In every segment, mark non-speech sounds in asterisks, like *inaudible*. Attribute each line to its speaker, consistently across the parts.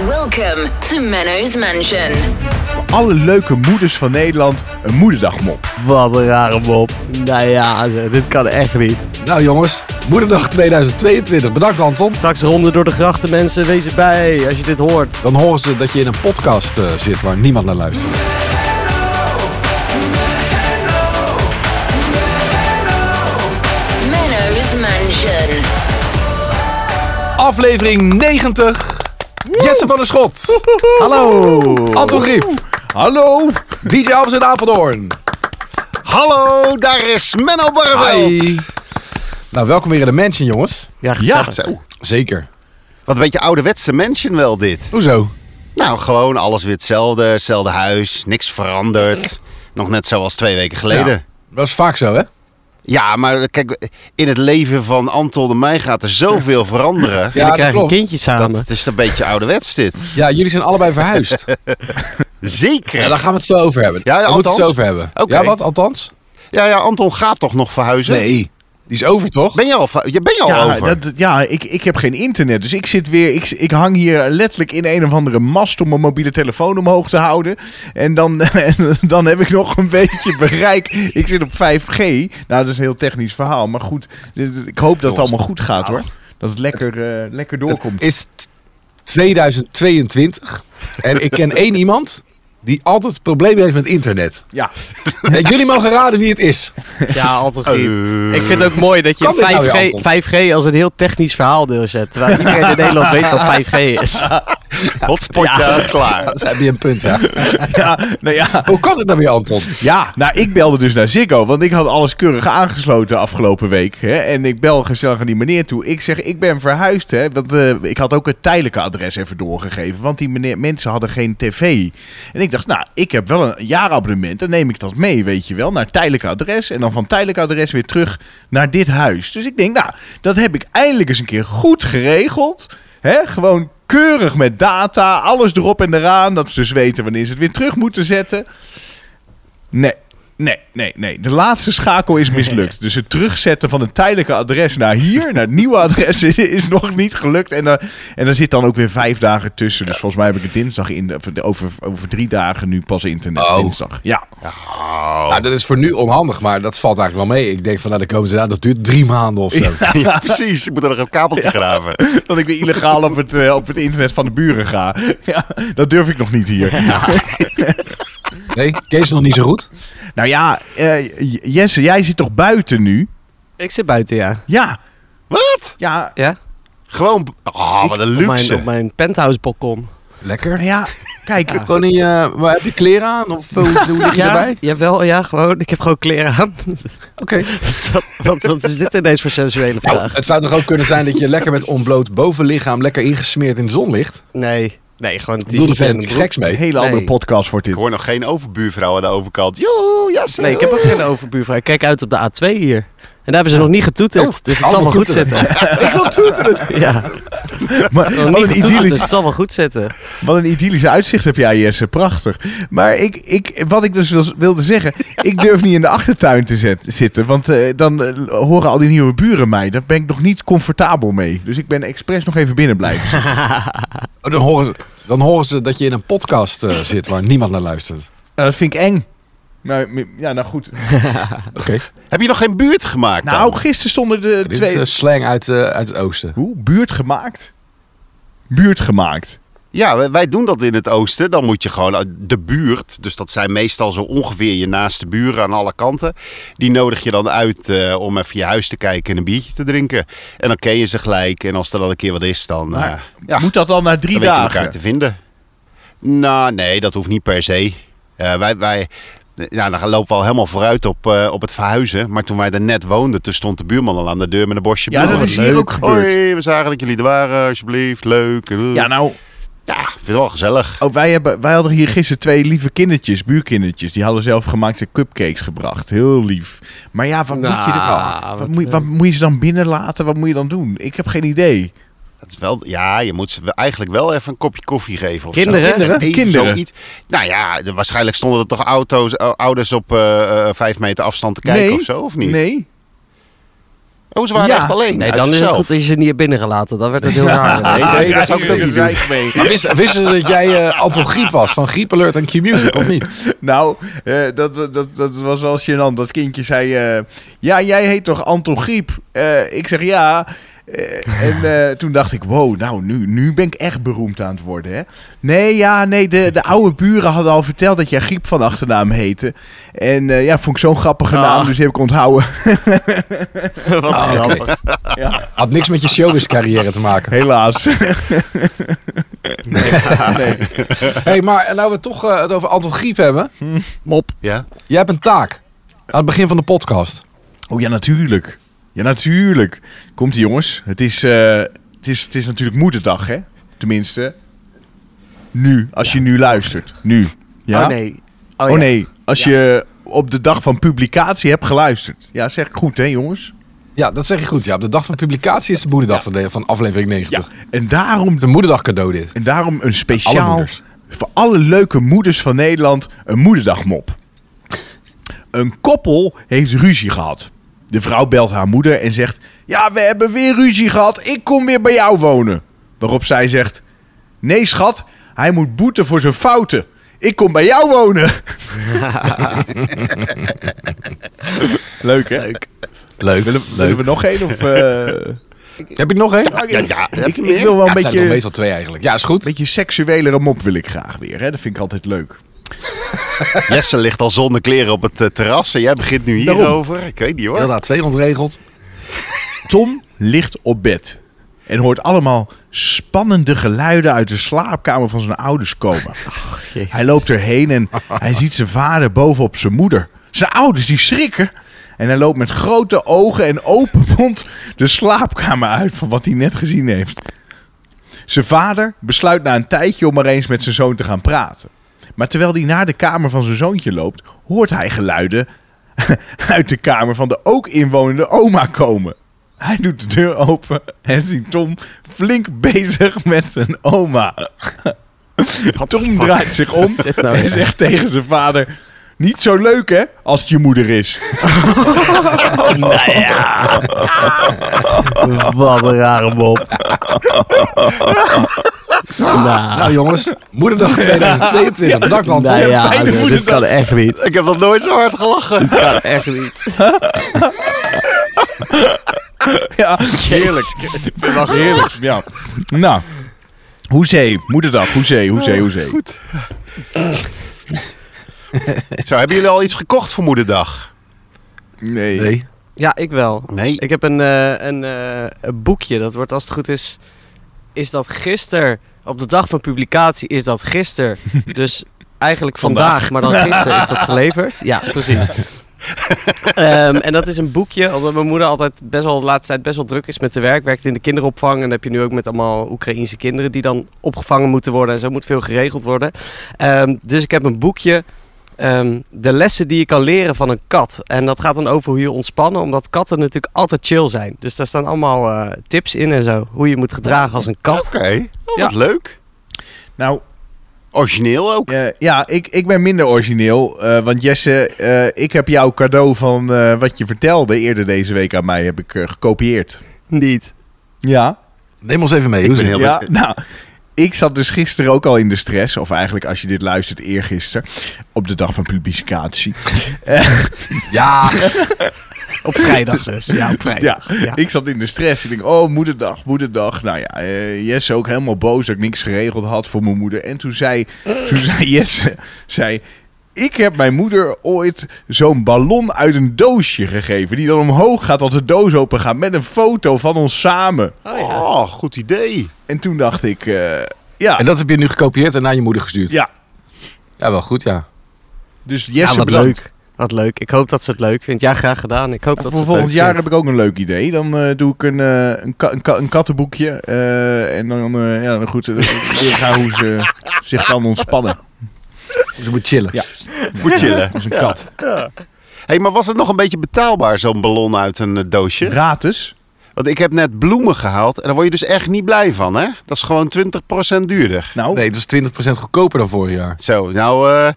Speaker 1: Welcome to Menno's Mansion.
Speaker 2: Voor alle leuke moeders van Nederland een moederdagmop.
Speaker 3: Wat een rare mop. Nou ja, zeg, dit kan echt niet.
Speaker 4: Nou jongens, Moederdag 2022. Bedankt Anton.
Speaker 3: Straks ronden door de grachten, mensen. Wees erbij als je dit hoort.
Speaker 4: Dan horen ze dat je in een podcast eh, zit waar niemand naar luistert.
Speaker 1: Menno's Mansion.
Speaker 4: Aflevering 90. Jesse van der Schot.
Speaker 3: Hallo.
Speaker 4: Anton Griep.
Speaker 2: Hallo,
Speaker 4: DJ Abels in Apeldoorn.
Speaker 5: Hallo, daar is Menno Barreveld.
Speaker 4: Hi. Nou, welkom weer in de mansion jongens.
Speaker 3: Ja,
Speaker 5: Ja,
Speaker 3: gezellig.
Speaker 5: zo.
Speaker 4: Zeker.
Speaker 5: Wat een beetje ouderwetse mensen wel dit.
Speaker 4: Hoezo?
Speaker 5: Nou, gewoon alles weer hetzelfde. Hetzelfde huis, niks veranderd. Nog net zoals twee weken geleden.
Speaker 4: Ja, dat is vaak zo hè?
Speaker 5: Ja, maar kijk, in het leven van Anton en mij gaat er zoveel veranderen.
Speaker 3: En dan
Speaker 4: dat
Speaker 3: krijg je een
Speaker 4: klopt.
Speaker 3: kindje samen.
Speaker 4: *laughs*
Speaker 5: Dat het is een beetje ouderwets dit.
Speaker 4: Ja, jullie zijn allebei verhuisd. Ja, daar
Speaker 5: Zeker.
Speaker 4: gaan we het zo over hebben.
Speaker 5: Ja, ja,
Speaker 4: daar moeten we het zo
Speaker 5: althans.
Speaker 4: over hebben.
Speaker 5: Oké.
Speaker 4: Ja, wat althans?
Speaker 5: Ja, ja, Anton gaat toch nog verhuizen?
Speaker 4: Nee, die is over toch?
Speaker 5: Ben je al, ver- je ben je al
Speaker 2: ja,
Speaker 5: over?
Speaker 2: dat, ja ik, ik heb geen internet. Dus ik zit weer. Ik, ik hang hier letterlijk in een of andere mast om mijn mobiele telefoon omhoog te houden. En dan, *laughs* en dan heb ik nog een beetje bereik. Ik zit op 5G. Nou, dat is een heel technisch verhaal. Maar goed, dit- dit- ik hoop dat het allemaal goed gaat
Speaker 5: Nou.
Speaker 2: hoor. Dat het lekker, eh, lekker doorkomt.
Speaker 4: Het is t- 2022 en ik ken één iemand die altijd problemen heeft met internet.
Speaker 2: Ja. *laughs*
Speaker 4: En jullie mogen raden wie het is.
Speaker 3: Ja, altijd
Speaker 5: Eh.
Speaker 3: Ik vind het ook mooi dat je
Speaker 4: Kan dit nou
Speaker 3: 5G,
Speaker 4: weer, Anton?
Speaker 3: 5G als een heel technisch verhaal neerzet.
Speaker 4: *laughs*
Speaker 3: Terwijl iedereen in Nederland weet wat 5G is.
Speaker 5: Hotspot, ja, klaar.
Speaker 4: Dat heb je een punt, ja.
Speaker 2: ja, nou ja.
Speaker 4: Hoe kan het nou weer, Anton?
Speaker 2: Ja, nou, ik belde dus naar Ziggo, want ik had alles keurig aangesloten afgelopen week. Hè, en ik bel gezellig aan die meneer toe. Ik zeg, ik ben verhuisd, hè, want eh, ik had ook het tijdelijke adres even doorgegeven. Want die meneer, mensen hadden geen tv. En ik dacht, nou, ik heb wel een jaarabonnement, dan neem ik dat mee, weet je wel, naar het tijdelijke adres. En dan van het tijdelijke adres weer terug naar dit huis. Dus ik denk, nou, dat heb ik eindelijk eens een keer goed geregeld. Hè, gewoon keurig met data, alles erop en eraan, dat ze dus weten wanneer ze het weer terug moeten zetten. Nee. Nee, nee, nee. De laatste schakel is mislukt. Dus het terugzetten van het tijdelijke adres naar hier, naar het nieuwe adres, *laughs* is- is nog niet gelukt. En daar, en daar zit dan ook weer vijf dagen tussen. Dus volgens mij heb ik het dinsdag in de, of de- over, over drie dagen nu pas internet.
Speaker 4: Oh.
Speaker 2: Dinsdag. Ja. *laughs*
Speaker 4: Nou, dat is voor nu onhandig, maar dat valt eigenlijk wel mee. Ik denk van, nou, dan komen ze daar, dat duurt drie maanden of zo.
Speaker 5: Ja, precies. Ik moet er nog een kabeltje graven.
Speaker 2: Dat ik weer illegaal op het, eh, op het internet van de buren ga. *laughs* Ja, dat durf ik nog niet hier.
Speaker 4: Nee, Kees is nog niet zo goed.
Speaker 2: Nou ja, eh, J- Jesse, jij zit toch buiten nu?
Speaker 3: Ik zit buiten, ja.
Speaker 2: Ja.
Speaker 5: Wat?
Speaker 2: Ja.
Speaker 3: Ja?
Speaker 5: Gewoon. Oh, wat een
Speaker 3: Op mijn,
Speaker 5: luxe.
Speaker 3: op mijn penthouse balkon.
Speaker 4: Lekker.
Speaker 2: Nou ja, kijk.
Speaker 4: Gewoon niet, eh, maar heb je kleren aan? Of eh, hoe, hoe lig je
Speaker 3: Ja,
Speaker 4: erbij?
Speaker 3: jawel, ja, gewoon. Ik heb gewoon kleren aan. *laughs*
Speaker 4: Oké.
Speaker 3: wat, wat, wat is dit ineens voor sensuele
Speaker 4: Nou,
Speaker 3: vraag?
Speaker 4: het zou toch ook kunnen zijn dat je lekker met onbloot bovenlichaam lekker ingesmeerd in de zon ligt?
Speaker 3: Nee, nee, gewoon een
Speaker 4: Ik bedoel, er verder
Speaker 3: een
Speaker 4: niks geks
Speaker 2: Een
Speaker 4: mee.
Speaker 2: hele
Speaker 3: Nee.
Speaker 2: andere podcast wordt
Speaker 5: Ik
Speaker 2: dit. *laughs*
Speaker 5: hoor nog geen overbuurvrouw aan de overkant. Joe, yes,
Speaker 3: Nee, ik heb ook geen overbuurvrouw. Ik kijk uit op de A2 hier. En daar hebben ze nog niet getoeterd.
Speaker 2: Oh,
Speaker 3: dus het zal wel
Speaker 4: allemaal
Speaker 3: goed zitten.
Speaker 4: Ik wil toeteren.
Speaker 2: *laughs*
Speaker 3: Ja,
Speaker 2: Maar
Speaker 3: nog niet
Speaker 2: wat een
Speaker 3: getoeterd,
Speaker 2: idyllisch,
Speaker 3: dus het zal wel goed zitten.
Speaker 2: Wat een idyllische uitzicht heb jij, Jesse. Prachtig. Maar ik, ik, wat ik dus wil- wilde
Speaker 5: *laughs*
Speaker 2: zeggen... ik durf niet in de achtertuin te zet- zitten... want eh, dan eh, horen al die nieuwe buren mij. Daar ben ik nog niet comfortabel mee. Dus ik ben expres nog even binnen
Speaker 5: *laughs*
Speaker 2: blijven. zitten.
Speaker 4: Oh, Dan horen, ze, dan horen ze dat je in een podcast eh, zit waar niemand naar luistert.
Speaker 2: Nou, dat vind ik eng. Nou, m- ja, nou goed.
Speaker 4: Oké.
Speaker 5: Heb je nog geen buurt gemaakt? dan?
Speaker 2: Nou, gisteren stonden de
Speaker 4: Dit is
Speaker 2: twee...
Speaker 4: eh, slang uit, eh, uit het oosten.
Speaker 2: Hoe? Buurt gemaakt? Buurt gemaakt.
Speaker 5: Ja, wij- wij doen dat in het oosten. Dan moet je gewoon uit de buurt, dus dat zijn meestal zo ongeveer je naaste buren aan alle kanten. Die nodig je dan uit eh, om even je huis te kijken en een biertje te drinken. En dan ken je ze gelijk. En als er dan een keer wat is, dan, eh,
Speaker 2: Maar
Speaker 5: ja,
Speaker 2: Moet dat al na drie
Speaker 5: dan weet je elkaar
Speaker 2: dagen?
Speaker 5: te vinden. Nou, nee, dat hoeft niet per se. Eh, wij, wij, eh, ja, dan lopen we al helemaal vooruit op, eh, op het verhuizen. Maar toen wij er net woonden, toen stond de buurman al aan de deur met een bosje
Speaker 2: Ja, dat
Speaker 5: bloemen.
Speaker 2: is hier ook gebeurd.
Speaker 5: Hoi, we zagen dat jullie er waren, alsjeblieft, leuk.
Speaker 2: Ja, nou...
Speaker 5: Ja, ik vind het wel gezellig.
Speaker 2: Oh, wij, hebben, wij hadden hier gisteren twee lieve kindertjes, buurkindertjes. Die hadden zelf gemaakte cupcakes gebracht. Heel lief. Maar ja, wat, moet, je er,
Speaker 3: Nou,
Speaker 2: wat,
Speaker 3: wat,
Speaker 2: moet, je- wat moet je ze dan binnenlaten? Wat moet je dan doen? Ik heb geen idee.
Speaker 5: Dat is wel, ja, je moet ze wel- eigenlijk wel even een kopje koffie geven. Of
Speaker 3: Kinderen?
Speaker 5: zo.
Speaker 3: Kinderen?
Speaker 5: Even
Speaker 2: Kinderen.
Speaker 5: zoiets. Nou ja, de- waarschijnlijk stonden er toch eh, auto's, ou- ouders op eh, eh, vijf meter afstand te kijken
Speaker 2: Nee.
Speaker 5: of zo, of niet?
Speaker 2: Nee.
Speaker 5: Oh, ze waren
Speaker 2: Ja.
Speaker 5: echt alleen.
Speaker 3: Nee,
Speaker 5: uit
Speaker 3: dan is het
Speaker 5: zichzelf.
Speaker 3: goed dat je ze niet hebt binnengelaten. Dan werd het heel raar.
Speaker 5: Ah,
Speaker 3: Oh,
Speaker 5: Nee, nee, dat zou ik ook niet doen.
Speaker 4: Maar wist- wisten ze dat jij eh, Anton Griep was van Griep Alert en Q-Music, of niet?
Speaker 2: Nou, eh, dat, dat, dat was wel gênant. Dat kindje zei... eh, ja, jij heet toch Anton Griep? Eh, ik zeg ja. Eh, en eh, toen dacht ik, wow, nou, nu, nu ben ik echt beroemd aan het worden, hè? Nee, ja, nee, de, de oude buren hadden al verteld dat jij Griep van achternaam heette. En eh, ja, vond ik zo'n grappige
Speaker 3: Ah.
Speaker 2: naam, dus die heb ik onthouden.
Speaker 3: Wat grappig.
Speaker 4: Ah, Had niks met je showbiz carrière te maken.
Speaker 2: Helaas. *laughs* nee.
Speaker 4: hey, maar nou we toch eh, het over Anton Griep hebben. Mop.
Speaker 5: Ja.
Speaker 4: Jij hebt een taak. Aan het begin van de podcast.
Speaker 2: Oh ja, natuurlijk. Ja, natuurlijk. Komt-ie, jongens. Het is, eh, het, is, het is natuurlijk moederdag, hè? Tenminste, nu. Als je nu luistert. Nu. Ja?
Speaker 3: Oh nee.
Speaker 2: Oh,
Speaker 3: ja.
Speaker 2: nee. Als
Speaker 3: Ja.
Speaker 2: je op de dag van publicatie hebt geluisterd. Ja, zeg ik goed, hè, jongens?
Speaker 4: Ja, dat zeg je goed. Ja, op de dag van publicatie is de moederdag van, de, van aflevering 90. Het
Speaker 2: En daarom,
Speaker 4: is een moederdag cadeau dit.
Speaker 2: en daarom een
Speaker 4: Alle
Speaker 2: speciaal...
Speaker 4: moeders.
Speaker 2: voor alle leuke moeders van Nederland een moederdagmop. Een koppel heeft ruzie gehad. De vrouw belt haar moeder en zegt: Ja, we hebben weer ruzie gehad. Ik kom weer bij jou wonen. Waarop zij zegt: Nee, schat, hij moet boeten voor zijn fouten. Ik kom bij jou wonen.
Speaker 4: *laughs*
Speaker 2: Leuk, hè?
Speaker 3: Leuk.
Speaker 4: Leuk,
Speaker 2: Willen,
Speaker 4: leuk.
Speaker 2: willen we nog één?
Speaker 4: *laughs*
Speaker 2: Of, eh,
Speaker 4: Heb je er nog één? Ja,
Speaker 5: ja, ja, heb
Speaker 2: ik,
Speaker 5: je
Speaker 2: ik
Speaker 5: meer?
Speaker 2: wil wel een
Speaker 4: het zijn er toch
Speaker 2: beetje,
Speaker 4: meestal twee eigenlijk. Ja, is goed.
Speaker 2: beetje seksuelere mop wil ik graag weer. Hè? Dat vind ik altijd leuk.
Speaker 5: Jesse ligt al zonder kleren op het eh, terras en jij begint nu
Speaker 2: Daarom.
Speaker 5: hierover. Ik weet niet hoor.
Speaker 4: Heel twee ontregeld.
Speaker 2: Tom ligt op bed en hoort allemaal spannende geluiden uit de slaapkamer van zijn ouders komen.
Speaker 3: jezus.
Speaker 2: hij loopt erheen en hij ziet zijn vader bovenop zijn moeder. Zijn ouders die schrikken en hij loopt met grote ogen en open mond de slaapkamer uit van wat hij net gezien heeft. Zijn vader besluit na een tijdje om maar eens met zijn zoon te gaan praten. Maar terwijl hij naar de kamer van zijn zoontje loopt, hoort hij geluiden *laughs* uit de kamer van de ook inwonende oma komen. Hij doet de deur open en ziet Tom flink bezig met zijn oma. Tom draait zich om
Speaker 3: Wat is dit nou
Speaker 2: en
Speaker 3: weer?
Speaker 2: zegt tegen zijn vader: Niet zo leuk hè, als het je moeder
Speaker 3: *laughs*
Speaker 2: is.
Speaker 3: Oh, nou Wat een rare mop. nou,
Speaker 4: Nou jongens, *laughs* moederdag 2022. Bedankt Anton.
Speaker 3: nou
Speaker 2: fijne
Speaker 3: ja, dit- dit
Speaker 2: moederdag.
Speaker 3: kan echt niet.
Speaker 5: Ik heb nog nooit zo hard gelachen.
Speaker 3: Dit kan echt niet.
Speaker 2: Ja, heerlijk. Wat heerlijk. Ja. Nou, hoezee, moederdag, hoezee, hoezee, hoezee.
Speaker 5: Zo, hebben jullie al iets gekocht voor moederdag?
Speaker 2: Nee.
Speaker 4: Nee.
Speaker 3: Ja, ik wel.
Speaker 5: Nee.
Speaker 3: Ik heb een, eh, een, eh, een boekje. Dat wordt als het goed is. Is dat gisteren? Op de dag van publicatie is dat
Speaker 2: *laughs*
Speaker 3: gisteren. Dus eigenlijk vandaag, maar dan gisteren *laughs* is dat geleverd. Ja, precies. *laughs* Ehm, en dat is een boekje, omdat mijn moeder altijd best wel de laatste tijd best wel druk is met de werk. Werkt in de kinderopvang en dan heb je nu ook met allemaal Oekraïense kinderen die dan opgevangen moeten worden. En zo moet veel geregeld worden. Ehm, dus ik heb een boekje Ehm, de lessen die je kan leren van een kat. En dat gaat dan over hoe je ontspannen, omdat katten natuurlijk altijd chill zijn. Dus daar staan allemaal eh, tips in en zo. Hoe je moet gedragen als een kat.
Speaker 5: Oké, Oh, wat
Speaker 3: Ja.
Speaker 5: leuk.
Speaker 2: Nou,
Speaker 5: Origineel ook.
Speaker 2: Eh, ja, ik, ik ben minder origineel. eh, want Jesse, eh, ik heb jouw cadeau van eh, wat je vertelde eerder deze week aan mij, heb ik eh, gekopieerd.
Speaker 3: Niet.
Speaker 2: Ja?
Speaker 4: Neem ons even mee.
Speaker 5: Ik
Speaker 4: Hoe
Speaker 5: ben
Speaker 4: zit
Speaker 5: heel-
Speaker 4: het?
Speaker 2: Ja, *laughs* nou... Ik zat dus gisteren ook al in de stress, of eigenlijk als je dit luistert, eergisteren, op de dag van publicatie.
Speaker 4: Ja,
Speaker 3: Op vrijdag dus. Ja, op
Speaker 2: Ja,
Speaker 3: vrijdag. *laughs* Ja.
Speaker 2: Nou, ik zat in de stress. Ik denk, oh, moederdag, moederdag. Nou ja, eh, Jesse ook helemaal boos dat ik niks geregeld had voor mijn moeder. En toen zei,
Speaker 3: *laughs*
Speaker 2: toen zei Jesse, zei, ik heb mijn moeder ooit zo'n ballon uit een doosje gegeven. Die dan omhoog gaat als de doos open gaat met een foto van ons samen.
Speaker 5: Oh, oh, goed idee.
Speaker 2: En toen dacht ik, eh, ja,
Speaker 4: en dat heb je nu gekopieerd en naar je moeder gestuurd.
Speaker 2: ja.
Speaker 4: Ja, wel goed, ja.
Speaker 2: Dus
Speaker 3: Ja,
Speaker 2: Jesse
Speaker 3: wat
Speaker 2: bedankt.
Speaker 3: leuk. Wat leuk. Ik hoop dat ze het leuk vindt. Ja, graag gedaan. Ik hoop dat ze
Speaker 2: voor
Speaker 3: het
Speaker 2: volgend
Speaker 3: leuk
Speaker 2: jaar
Speaker 3: vindt.
Speaker 2: heb ik ook een leuk idee. Dan eh, doe ik een, eh, een, ka- een, ka- een kattenboekje. eh, en dan, eh, ja, dan goed, eh, weer gaan hoe ze zich kan ontspannen.
Speaker 4: Ze Dus moet chillen.
Speaker 2: Ja.
Speaker 5: Moet chillen.
Speaker 2: Als een kat.
Speaker 5: hey, maar was het nog een beetje betaalbaar, zo'n ballon uit een eh, doosje?
Speaker 2: Gratis.
Speaker 5: Want ik heb net bloemen gehaald en daar word je dus echt niet blij van, hè? Dat is gewoon 20% duurder.
Speaker 2: Nou,
Speaker 4: Nee, het is 20% goedkoper dan vorig jaar.
Speaker 5: Zo, nou, eh,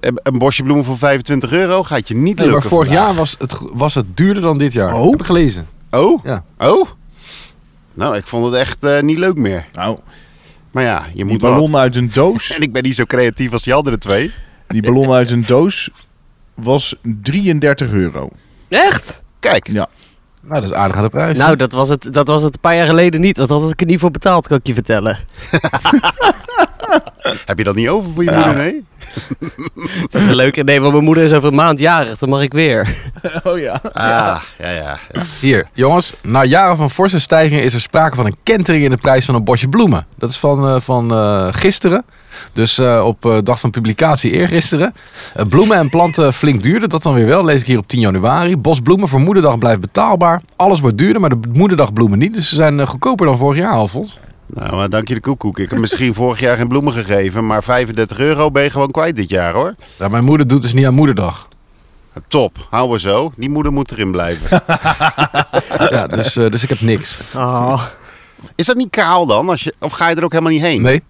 Speaker 5: een- een bosje bloemen voor 25 euro gaat je niet
Speaker 4: Nee,
Speaker 5: lukken
Speaker 4: maar vorig
Speaker 5: vandaag.
Speaker 4: jaar was het, go- was het duurder dan dit jaar.
Speaker 2: Oh.
Speaker 4: Heb ik gelezen.
Speaker 5: Oh?
Speaker 4: Ja.
Speaker 5: Oh? Nou, ik vond het echt eh, niet leuk meer.
Speaker 2: Nou,
Speaker 5: Maar ja, je
Speaker 2: die
Speaker 5: moet wel.
Speaker 2: ballon uit een doos.
Speaker 5: En ik ben niet zo creatief als die andere twee.
Speaker 2: Die ballon uit een doos was 33 euro.
Speaker 3: Echt?
Speaker 5: Kijk,
Speaker 2: Ja.
Speaker 4: Nou, dat is aardig aan de prijs.
Speaker 3: Nou, dat was, het, dat was het een paar jaar geleden niet, want dat had ik er niet voor betaald, kan ik je vertellen.
Speaker 5: heb je dat niet over voor je moeder? Nee?
Speaker 3: Dat is een leuke idee, want mijn moeder is over een maand jarig, dan mag ik weer.
Speaker 2: Oh ja.
Speaker 5: Ah, ja, ja. ja.
Speaker 4: Hier, jongens. Na jaren van forse stijgingen is er sprake van een kentering in de prijs van een bosje bloemen. Dat is van, eh, van eh, gisteren. Dus eh, op eh, dag van publicatie eergisteren. Eh, bloemen en planten flink duurder. Dat dan weer wel. Lees ik hier op 10 januari. Bosbloemen voor moederdag blijft betaalbaar. Alles wordt duurder, maar de moederdagbloemen niet. Dus ze zijn eh, goedkoper dan vorig jaar, Alfons.
Speaker 5: Nou, maar dank je de koekoek. Ik heb misschien vorig jaar geen bloemen gegeven, maar 35 euro ben je gewoon kwijt dit jaar hoor.
Speaker 4: Ja, mijn moeder doet dus niet aan moederdag.
Speaker 5: Top, hou we zo. Die moeder moet erin
Speaker 3: *laughs*
Speaker 5: blijven.
Speaker 4: Ja, dus, eh, dus ik heb niks.
Speaker 3: Oh.
Speaker 5: Is dat niet kaal dan? Als je, of ga je er ook helemaal niet heen?
Speaker 4: Nee.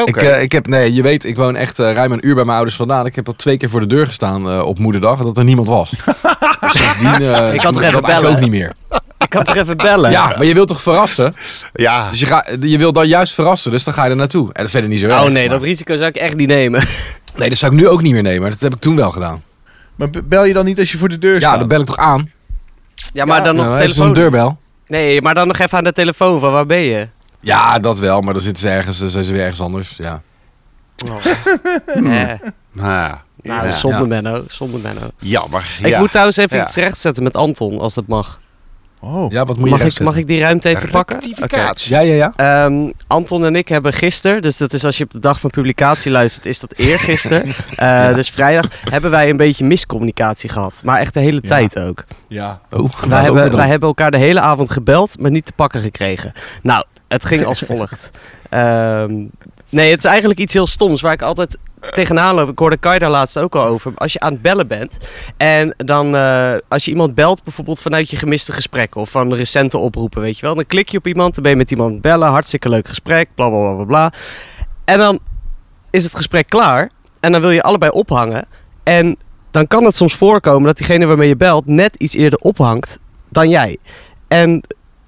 Speaker 5: Oké.
Speaker 4: Ik, eh, ik heb, nee, je weet, ik woon echt eh, ruim een uur bij mijn ouders vandaan. Ik heb al twee keer voor de deur gestaan eh, op moederdag, dat er niemand
Speaker 3: *laughs*
Speaker 4: was. Dus sindsdien, eh,
Speaker 3: Ik had
Speaker 4: doe
Speaker 3: er even
Speaker 4: dat eigenlijk
Speaker 3: bellen.
Speaker 4: ook niet meer.
Speaker 3: Ik kan toch even bellen? Oh,
Speaker 4: Ja, maar je wilt toch verrassen?
Speaker 5: Ja,
Speaker 4: Dus je, ga, je wilt dan juist verrassen, dus dan ga je er naartoe. En dat verder niet zo erg.
Speaker 3: Oh nee,
Speaker 4: maar-
Speaker 3: dat risico zou ik echt niet nemen.
Speaker 4: nee, dat zou ik nu ook niet meer nemen. maar Dat heb ik toen wel gedaan.
Speaker 2: Maar be- bel je dan niet als je voor de deur
Speaker 4: Ja,
Speaker 2: staat?
Speaker 4: dan bel ik toch aan.
Speaker 3: Ja, maar dan nog
Speaker 4: Nou, even
Speaker 3: telefoon.
Speaker 4: zo'n deurbel.
Speaker 3: Nee, maar dan nog even aan de telefoon van waar ben je?
Speaker 4: Ja, dat wel, maar dan zitten ze ergens, dan zijn ze weer ergens anders. Ja.
Speaker 3: Oh, Eh,
Speaker 5: Ah,
Speaker 3: nou,
Speaker 5: ja.
Speaker 3: zonder
Speaker 4: Ja.
Speaker 3: Menno, zonder Menno.
Speaker 5: jammer.
Speaker 3: Ik
Speaker 5: ja.
Speaker 3: moet trouwens even
Speaker 5: Ja.
Speaker 3: iets rechtzetten met Anton, als dat mag.
Speaker 2: Oh.
Speaker 4: ja, wat moet
Speaker 3: Mag
Speaker 4: je
Speaker 3: ik, mag ik die ruimte even pakken?
Speaker 5: Rectificatie.
Speaker 4: Ja, ja, ja.
Speaker 3: Oké. Ehm, Anton en ik hebben gisteren, dus dat is als je op de dag van publicatie luistert, is dat eergisteren. Eh Dus vrijdag hebben wij een beetje miscommunicatie gehad. Maar echt de hele
Speaker 2: Ja.
Speaker 3: tijd ook.
Speaker 2: Ja.
Speaker 4: Oh,
Speaker 3: Wij
Speaker 4: waarover
Speaker 3: hebben,
Speaker 4: dan?
Speaker 3: wij hebben elkaar de hele avond gebeld, maar niet te pakken gekregen. Nou, het ging als volgt. Ehm, nee, het is eigenlijk iets heel stoms waar ik altijd tegenaan loop. Ik hoorde Kai daar laatst ook al over. Als je aan het bellen bent en dan eh, als je iemand belt, bijvoorbeeld vanuit je gemiste gesprekken of van recente oproepen, weet je wel. Dan klik je op iemand, dan ben je met iemand aan het bellen, hartstikke leuk gesprek, bla bla bla bla bla. En dan is het gesprek klaar en dan wil je allebei ophangen. En dan kan het soms voorkomen dat diegene waarmee je belt net iets eerder ophangt dan jij. En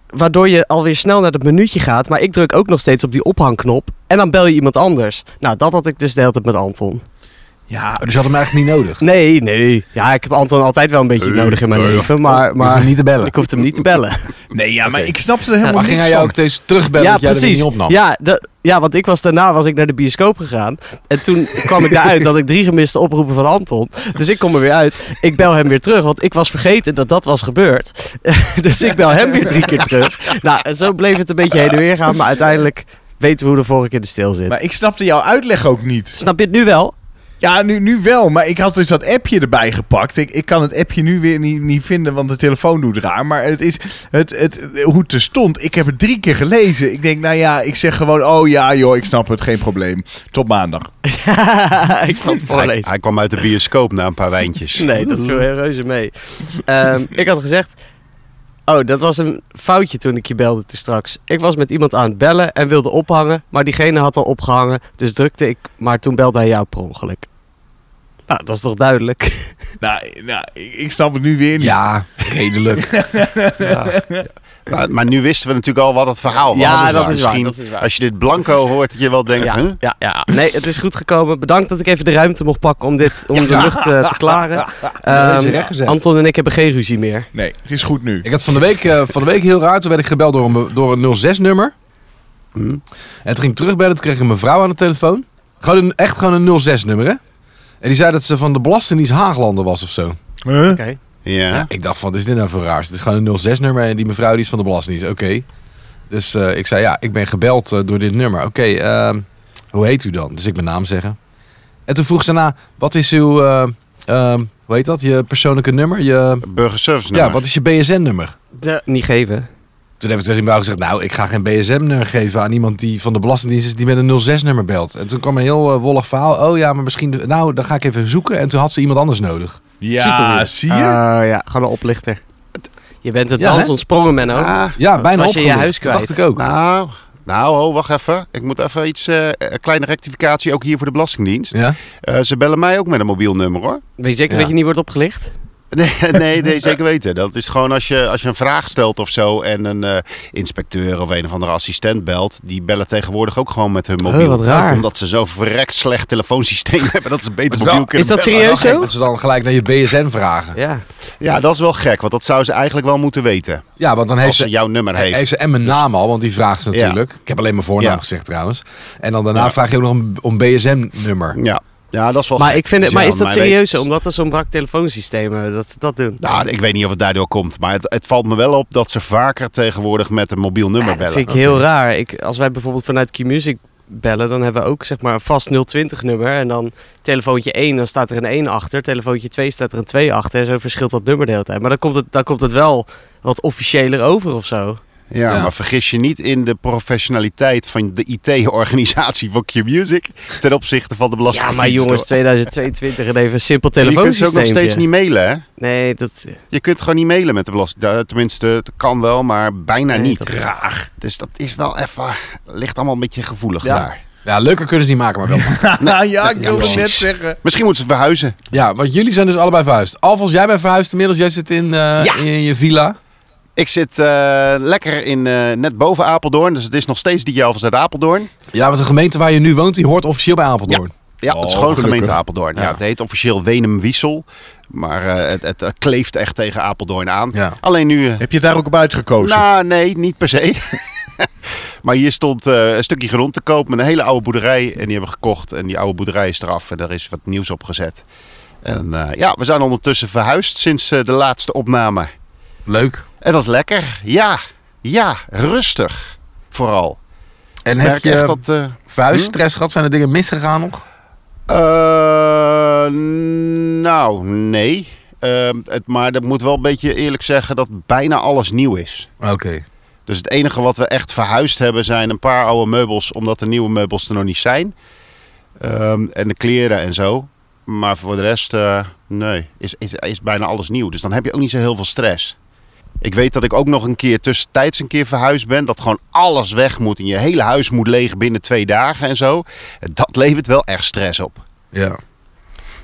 Speaker 3: waardoor je alweer snel naar dat minuutje gaat. Maar ik druk ook nog steeds op die ophangknop. En dan bel je iemand anders. Nou, dat had ik dus de hele tijd met Anton.
Speaker 2: Ja.
Speaker 4: Dus je had hem eigenlijk niet nodig.
Speaker 3: Nee, nee. Ja, ik heb Anton altijd wel een beetje nodig in mijn leven. Maar,
Speaker 4: Maar,
Speaker 3: maar
Speaker 4: niet te bellen.
Speaker 3: ik hoefde hem niet te bellen.
Speaker 2: Nee, ja, maar
Speaker 4: Oké.
Speaker 2: ik snapte er helemaal
Speaker 4: Maar
Speaker 2: niks
Speaker 4: ging
Speaker 2: van.
Speaker 4: hij jou ook steeds terugbellen dat jij er weer niet opnam?
Speaker 3: Ja, de- ja, want ik was daarna was ik naar de bioscoop gegaan. En toen kwam ik daaruit dat ik drie gemiste oproepen van Anton. Dus ik kom er weer uit. Ik bel hem weer terug, want ik was vergeten dat dat was gebeurd. *laughs* dus ik bel hem weer drie keer terug. Nou, en zo bleef het een beetje heen en weer gaan. Maar uiteindelijk weten we hoe de vorige keer de stil zit.
Speaker 2: Maar ik snapte jouw uitleg ook niet.
Speaker 3: Snap je het nu wel?
Speaker 2: Ja, nu, nu wel, maar ik had dus dat appje erbij gepakt. Ik, ik kan het appje nu weer niet, niet vinden, want de telefoon doet raar. Maar het is het, het, hoe het er stond. Ik heb het drie keer gelezen. Ik denk, nou ja, ik zeg gewoon, oh ja joh, ik snap het, geen probleem. Tot maandag.
Speaker 3: ik zal het
Speaker 5: Hij,
Speaker 3: voorlezen.
Speaker 5: hij kwam uit de bioscoop na een paar
Speaker 3: *laughs*
Speaker 5: wijntjes.
Speaker 3: Nee, dat viel heel reuze mee. Ehm, ik had gezegd... Oh, dat was een foutje toen ik je belde te straks. Ik was met iemand aan het bellen en wilde ophangen, maar diegene had al opgehangen. Dus drukte ik, maar toen belde hij jou per ongeluk. Nou, dat is toch duidelijk?
Speaker 2: Nou, nou ik, ik snap het nu weer niet.
Speaker 4: Ja, redelijk.
Speaker 5: Maar, maar nu wisten we natuurlijk al wat het verhaal was.
Speaker 3: Ja,
Speaker 5: Dus
Speaker 3: dat is waar,
Speaker 5: misschien
Speaker 3: dat is waar.
Speaker 5: Als je dit blanco hoort, dat je wel denkt... huh?
Speaker 3: Ja, ja. Nee, het is goed gekomen. Bedankt dat ik even de ruimte mocht pakken om, dit, om de lucht eh, te klaren.
Speaker 4: Ja, dat is
Speaker 3: Ehm,
Speaker 4: recht gezet.
Speaker 3: Anton en ik hebben geen ruzie meer.
Speaker 2: Nee, het is goed nu.
Speaker 4: Ik had van de week, eh, van de week heel raar. Toen werd ik gebeld door een, door een 06-nummer. En toen ging ik terugbellen. Toen kreeg ik mijn vrouw aan de telefoon. Gewoon een, echt gewoon een 06-nummer, hè? En die zei dat ze van de Belastingdienst Haaglanden was of zo.
Speaker 2: Huh?
Speaker 5: Ja.
Speaker 4: Ja, ik dacht van, wat is dit nou voor raars? Het is gewoon een 06-nummer en die mevrouw die is van de Belastingdienst. Oké. Dus eh, ik zei, ja, ik ben gebeld eh, door dit nummer. Oké, ehm, hoe heet u dan? Dus ik mijn naam zeggen. En toen vroeg ze daarna, wat is uw, eh, ehm, hoe heet dat, je persoonlijke nummer? Je,
Speaker 5: Burgerservice
Speaker 4: ja, wat is je BSN-nummer?
Speaker 3: De- niet geven.
Speaker 4: Toen hebben ze tegen mij gezegd, nou, ik ga geen BSM-nummer geven aan iemand die van de Belastingdienst is die met een 06-nummer belt. En toen kwam een heel eh, wollig verhaal. Oh ja, maar misschien, de- nou, dan ga ik even zoeken. En toen had ze iemand anders nodig. Super
Speaker 2: Ja,
Speaker 4: weird.
Speaker 2: zie je?
Speaker 3: Ah, ja, gewoon een oplichter. Je bent het nou?
Speaker 4: Ja,
Speaker 3: dans
Speaker 4: hè?
Speaker 3: ontsprongen, Menno.
Speaker 5: Ah,
Speaker 4: Ja, bijna
Speaker 3: was je je
Speaker 4: opgelost.
Speaker 3: huis
Speaker 4: Dat
Speaker 3: kwijt.
Speaker 4: dacht ik ook.
Speaker 5: nou, nou ho, wacht even. Ik moet even iets... eh, een kleine rectificatie, ook hier voor de Belastingdienst.
Speaker 4: Ja?
Speaker 5: Eh, ze bellen mij ook met een mobiel nummer, hoor.
Speaker 3: Weet je zeker
Speaker 4: Ja.
Speaker 3: dat je niet wordt opgelicht?
Speaker 5: Nee, *laughs* nee, nee, zeker weten. Dat is gewoon als je, als je een vraag stelt of zo en een eh, inspecteur of een of andere assistent belt. Die bellen tegenwoordig ook gewoon met hun mobiel.
Speaker 3: wat raar.
Speaker 5: Omdat ze zo'n verrekt slecht telefoonsysteem *laughs* hebben dat ze beter
Speaker 4: Is dat-
Speaker 5: mobiel kunnen
Speaker 3: is dat
Speaker 5: bellen.
Speaker 3: serieus zo?
Speaker 4: Dat ze dan gelijk naar je BSN vragen.
Speaker 3: Ja.
Speaker 5: Ja, dat is wel gek, want dat zou ze eigenlijk wel moeten weten.
Speaker 4: Ja, want dan heeft
Speaker 5: als ze
Speaker 4: ze,
Speaker 5: jouw nummer heeft.
Speaker 4: heeft ze en mijn naam al, want die vraagt ze
Speaker 5: Ja.
Speaker 4: natuurlijk. Ik heb alleen mijn voornaam
Speaker 5: Ja.
Speaker 4: gezegd trouwens. En dan daarna
Speaker 5: Ja.
Speaker 4: vraag je ook nog een- om BSN-nummer.
Speaker 5: Ja. ja, dat is wel
Speaker 3: Maar,
Speaker 5: gek. Dus
Speaker 3: ik vind het, maar
Speaker 5: Ja,
Speaker 3: is dat
Speaker 5: weet-
Speaker 3: serieus zo? Omdat er zo'n brak telefoonsysteem eh, dat ze dat doen.
Speaker 5: Nou, ik weet niet of het daardoor komt, maar het, het valt me wel op dat ze vaker tegenwoordig met een mobiel nummer
Speaker 3: Ja, dat
Speaker 5: bellen.
Speaker 3: vind ik heel raar. Ik, als wij bijvoorbeeld vanuit Q-Music bellen, dan hebben we ook zeg maar een vast 020-nummer. En dan telefoontje 1, dan staat er een 1 achter. Telefoontje 2 staat er een 2 achter. En zo verschilt dat nummer de hele tijd. Maar dan komt het, dan komt het wel wat officiëler over of zo.
Speaker 5: Ja,
Speaker 4: Ja.
Speaker 5: maar vergis je niet in de professionaliteit van de IT-organisatie van Q-Music ten opzichte van de
Speaker 3: Ja,
Speaker 5: Belastingdienst.
Speaker 3: maar jongens,
Speaker 5: hoor.
Speaker 3: 2022 en even een simpel
Speaker 5: En je kunt ze ook nog
Speaker 3: telefoonsysteem.
Speaker 5: steeds niet mailen, hè?
Speaker 3: Nee, dat...
Speaker 5: Je kunt gewoon niet mailen met de belasting. Tenminste, het kan wel, maar bijna
Speaker 3: Nee,
Speaker 5: niet.
Speaker 3: dat is-
Speaker 5: Raar. Dus dat is wel even... Ligt allemaal een beetje gevoelig
Speaker 4: Ja.
Speaker 5: daar.
Speaker 4: Ja, leuker kunnen ze niet maken, maar wel.
Speaker 2: Nou ja, ik wilde
Speaker 5: precies.
Speaker 2: net zeggen.
Speaker 5: Misschien moeten ze verhuizen.
Speaker 4: Ja, want jullie zijn dus allebei verhuisd. Alfons, jij bent verhuisd inmiddels. Jij zit in, eh,
Speaker 5: Ja.
Speaker 4: in je villa.
Speaker 5: Ik zit eh, lekker in, eh, net boven Apeldoorn. Dus het is nog steeds die Alvens uit Apeldoorn.
Speaker 4: Ja, want de gemeente waar je nu woont, die hoort officieel bij Apeldoorn.
Speaker 5: Ja,
Speaker 2: Oh,
Speaker 5: het is gewoon
Speaker 2: gelukkig.
Speaker 5: gemeente Apeldoorn. Ja.
Speaker 4: Ja.
Speaker 5: het heet officieel Wenum-Wiesel. Maar eh, het, het, eh, kleeft echt tegen Apeldoorn aan.
Speaker 4: Ja.
Speaker 5: Alleen nu... eh,
Speaker 2: Heb je het daar ook op uitgekozen?
Speaker 5: Nou, nee, niet per se. *laughs* maar hier stond eh, een stukje grond te koop met een hele oude boerderij. En die hebben we gekocht. En die oude boerderij is eraf. En daar is wat nieuws op gezet. En eh, ja, we zijn ondertussen verhuisd sinds eh, de laatste opname.
Speaker 4: Leuk.
Speaker 5: En dat is lekker. Ja, ja, rustig. Vooral.
Speaker 4: En
Speaker 5: Ik
Speaker 4: heb
Speaker 5: merk
Speaker 4: je
Speaker 5: echt dat... eh,
Speaker 4: verhuisstress gehad? Zijn er dingen misgegaan nog?
Speaker 5: Eh, nou, nee. Eh, het, maar dat moet wel een beetje eerlijk zeggen dat bijna alles nieuw is.
Speaker 4: Oké.
Speaker 5: Dus het enige wat we echt verhuisd hebben zijn een paar oude meubels, omdat de nieuwe meubels er nog niet zijn. Ehm, en de kleren en zo. Maar voor de rest, eh, nee, is, is, is bijna alles nieuw. Dus dan heb je ook niet zo heel veel stress. Ik weet dat ik ook nog een keer tussentijds een keer verhuisd ben. Dat gewoon alles weg moet en je hele huis moet leeg binnen twee dagen en zo. Dat levert wel echt stress op.
Speaker 4: Ja.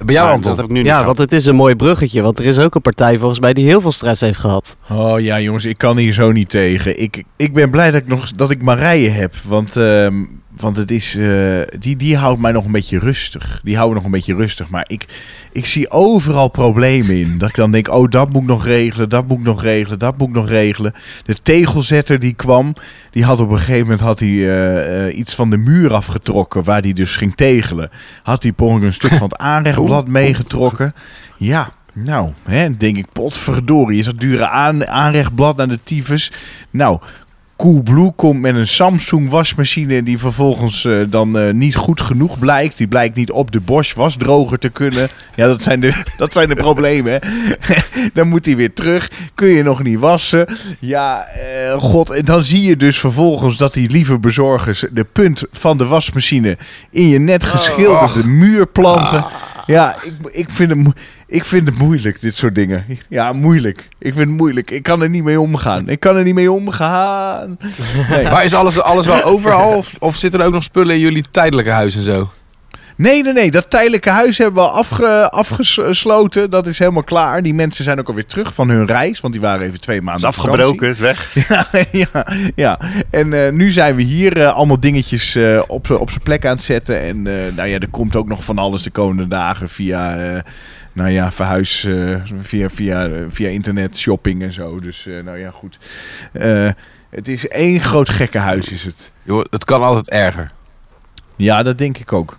Speaker 4: Bij jou,
Speaker 5: Maar
Speaker 4: Anton?
Speaker 5: Dat heb ik nu niet
Speaker 3: Ja,
Speaker 5: gehad.
Speaker 3: want het is een mooi bruggetje. Want er is ook een partij volgens mij die heel veel stress heeft gehad.
Speaker 2: Oh ja, jongens, ik kan hier zo niet tegen. Ik, ik ben blij dat ik, nog, dat ik Marije heb. Want, ehm, want het is, eh, die, die houdt mij nog een beetje rustig. Die houden nog een beetje rustig. Maar ik, ik zie overal problemen in. Dat ik dan denk, oh, dat moet ik nog regelen, dat moet ik nog regelen, dat moet ik nog regelen. De tegelzetter die kwam, die had op een gegeven moment had hij, eh, eh, iets van de muur afgetrokken. Waar hij dus ging tegelen. Had hij per ongeluk een stuk van het aanrechtblad meegetrokken. Ja, nou, hè, denk ik, potverdorie. Is dat dure aan, aanrechtblad aan de tyfus? Nou, Coolblue komt met een Samsung wasmachine die vervolgens eh, dan eh, niet goed genoeg blijkt. Die blijkt niet op de Bosch wasdroger te kunnen. Ja, dat zijn de, *laughs* dat zijn de problemen. Hè. *laughs* dan moet hij weer terug. Kun je nog niet wassen. Ja, eh, god. En dan zie je dus vervolgens dat die lieve bezorgers de punt van de wasmachine in je net geschilderde muur planten. Ja, ik, ik, vind het, mo- ik vind het moeilijk, dit soort dingen. Ja, moeilijk. Ik vind het moeilijk. Ik kan er niet mee omgaan. Ik kan er niet mee omgaan. Nee,
Speaker 4: Maar is *laughs* alles, alles wel overal? Of, of zitten er ook nog spullen in jullie tijdelijke huis en zo?
Speaker 2: nee, nee. nee. Dat tijdelijke huis hebben we al afge, afgesloten. Dat is helemaal klaar. Die mensen zijn ook alweer terug van hun reis. Want die waren even twee
Speaker 5: Het
Speaker 2: maanden
Speaker 5: is
Speaker 2: op vakantie.
Speaker 5: afgebroken, is weg.
Speaker 2: ja, *laughs* ja, ja. En eh, nu zijn we hier eh, allemaal dingetjes eh, op, z'n- op zijn plek aan het zetten. En eh, nou ja, er komt ook nog van alles de komende dagen via, eh, nou ja, verhuis, eh, via, via, eh, via internet, shopping en zo. Dus eh, nou ja, goed. Eh, het is één groot gekkenhuis is het.
Speaker 4: Joh, het kan altijd erger.
Speaker 2: Ja, dat denk ik ook.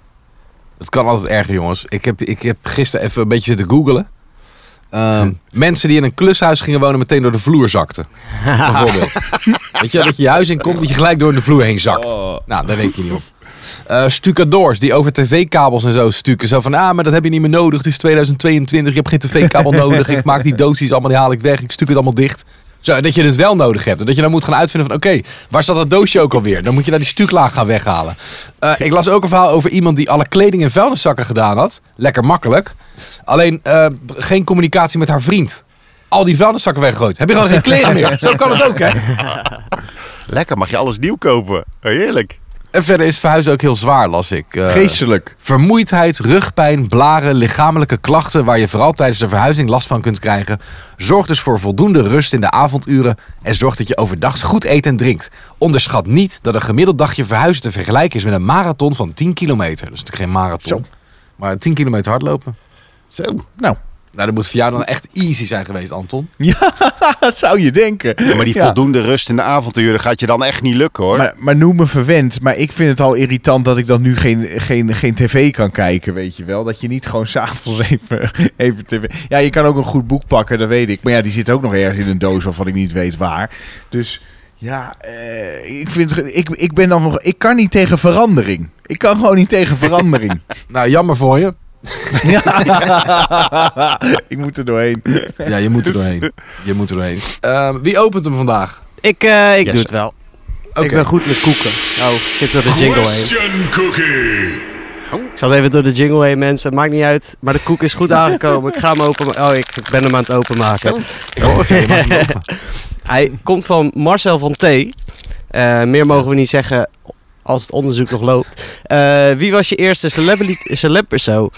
Speaker 4: Het kan altijd erger, jongens. Ik heb, ik heb gisteren even een beetje zitten googelen. Ehm, mensen die in een klushuis gingen wonen meteen door de vloer *laughs* zakten. Bijvoorbeeld. Weet je, dat je je huis in komt, dat je gelijk door de vloer heen zakt.
Speaker 2: Oh.
Speaker 4: Nou, daar reken je niet op. Eh stucadoors die over tv-kabels en zo stukken. Zo van, ah, maar dat heb je niet meer nodig. Het is 2022, je hebt geen tv-kabel nodig. Ik maak die doosjes allemaal, die haal ik weg. Ik stuk het allemaal dicht. Zo, dat je het wel nodig hebt. En dat je dan moet gaan uitvinden van, oké, waar staat dat doosje ook alweer? Dan moet je daar die stuklaag gaan weghalen. Eh, ik las ook een verhaal over iemand die alle kleding in vuilniszakken gedaan had. Lekker makkelijk. Alleen eh, geen communicatie met haar vriend. Al die vuilniszakken weggegooid. Heb je gewoon geen kleren meer? Zo kan het ook, hè?
Speaker 5: Lekker, mag je alles nieuw kopen. Oh, Heerlijk.
Speaker 4: En verder is verhuizen ook heel zwaar, las ik. Eh,
Speaker 2: Geestelijk.
Speaker 4: Vermoeidheid, rugpijn, blaren, lichamelijke klachten waar je vooral tijdens de verhuizing last van kunt krijgen. Zorg dus voor voldoende rust in de avonduren en zorg dat je overdag goed eet en drinkt. Onderschat niet dat een gemiddeld dagje verhuizen te vergelijken is met een marathon van 10 kilometer. Dat is natuurlijk geen marathon, maar 10 kilometer hardlopen.
Speaker 5: Zo.
Speaker 2: Nou, *laughs*
Speaker 4: Nou, dat moet voor jou dan echt easy zijn geweest, Anton.
Speaker 2: dat zou je denken.
Speaker 5: Ja, maar die
Speaker 2: Ja.
Speaker 5: voldoende rust in de avonduren gaat je dan echt niet lukken hoor.
Speaker 2: Maar, maar noem me verwend. Maar ik vind het al irritant dat ik dan nu geen, geen, geen tv kan kijken, weet je wel. Dat je niet gewoon *laughs* s'avonds even, even tv... Ja, je kan ook een goed boek pakken, dat weet ik. Maar ja, die zit ook nog ergens in een doos waarvan ik niet weet waar. Dus ja, eh, ik, vind, ik, ik ben dan nog... Ik kan niet tegen verandering. Ik kan gewoon niet tegen verandering.
Speaker 4: Nou, jammer voor je.
Speaker 2: ja. *laughs* ik moet er doorheen.
Speaker 4: Ja, je moet er doorheen. Je moet er doorheen. Eh, wie opent hem vandaag?
Speaker 3: Ik, eh, ik
Speaker 5: Yes,
Speaker 3: doe het
Speaker 5: sir.
Speaker 3: wel.
Speaker 4: *laughs*
Speaker 3: Ik
Speaker 4: Oké.
Speaker 3: ben goed met koeken. Oh, ik zit door de jingle heen.
Speaker 6: Question cookie.
Speaker 3: Ik zal even door de jingle heen, mensen. Maakt niet uit. Maar de koek is goed aangekomen. Ik ga hem openmaken. Oh, ik ben hem aan het openmaken.
Speaker 4: Ik hoor het, ja, je mag hem open.
Speaker 3: Hij komt van Marcel van T. Eh, meer mogen we niet zeggen als het onderzoek nog loopt. Eh, wie was je eerste celebrity... Celeb zo.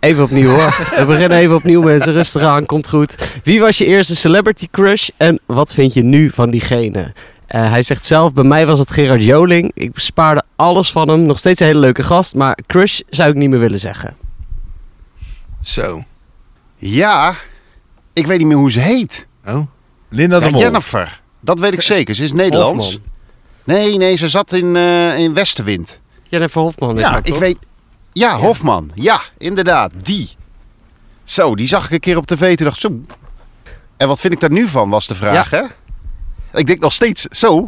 Speaker 3: Even opnieuw hoor. We beginnen even opnieuw mensen. Rustig aan, komt goed. Wie was je eerste celebrity crush en wat vind je nu van diegene? Eh, hij zegt zelf, bij mij was het Gerard Joling. Ik bespaarde alles van hem. Nog steeds een hele leuke gast, maar crush zou ik niet meer willen zeggen.
Speaker 4: Zo.
Speaker 5: Ja, ik weet niet meer hoe ze heet.
Speaker 4: Oh.
Speaker 2: Linda
Speaker 5: Ja,
Speaker 2: de Mol.
Speaker 5: Jennifer. Dat weet ik zeker. Ze is Nederlands.
Speaker 3: Hofman.
Speaker 5: Nee, nee, ze zat in, eh, in Westenwind.
Speaker 3: Jennifer Hofman is
Speaker 5: Ja,
Speaker 3: dat
Speaker 5: ik
Speaker 3: toch?
Speaker 5: weet. Ja, Hofman. Ja, inderdaad. Die. Zo, die zag ik een keer op tv. Toen dacht ik, zo. En wat vind ik daar nu van, was de vraag, hè? Ik denk nog steeds zo.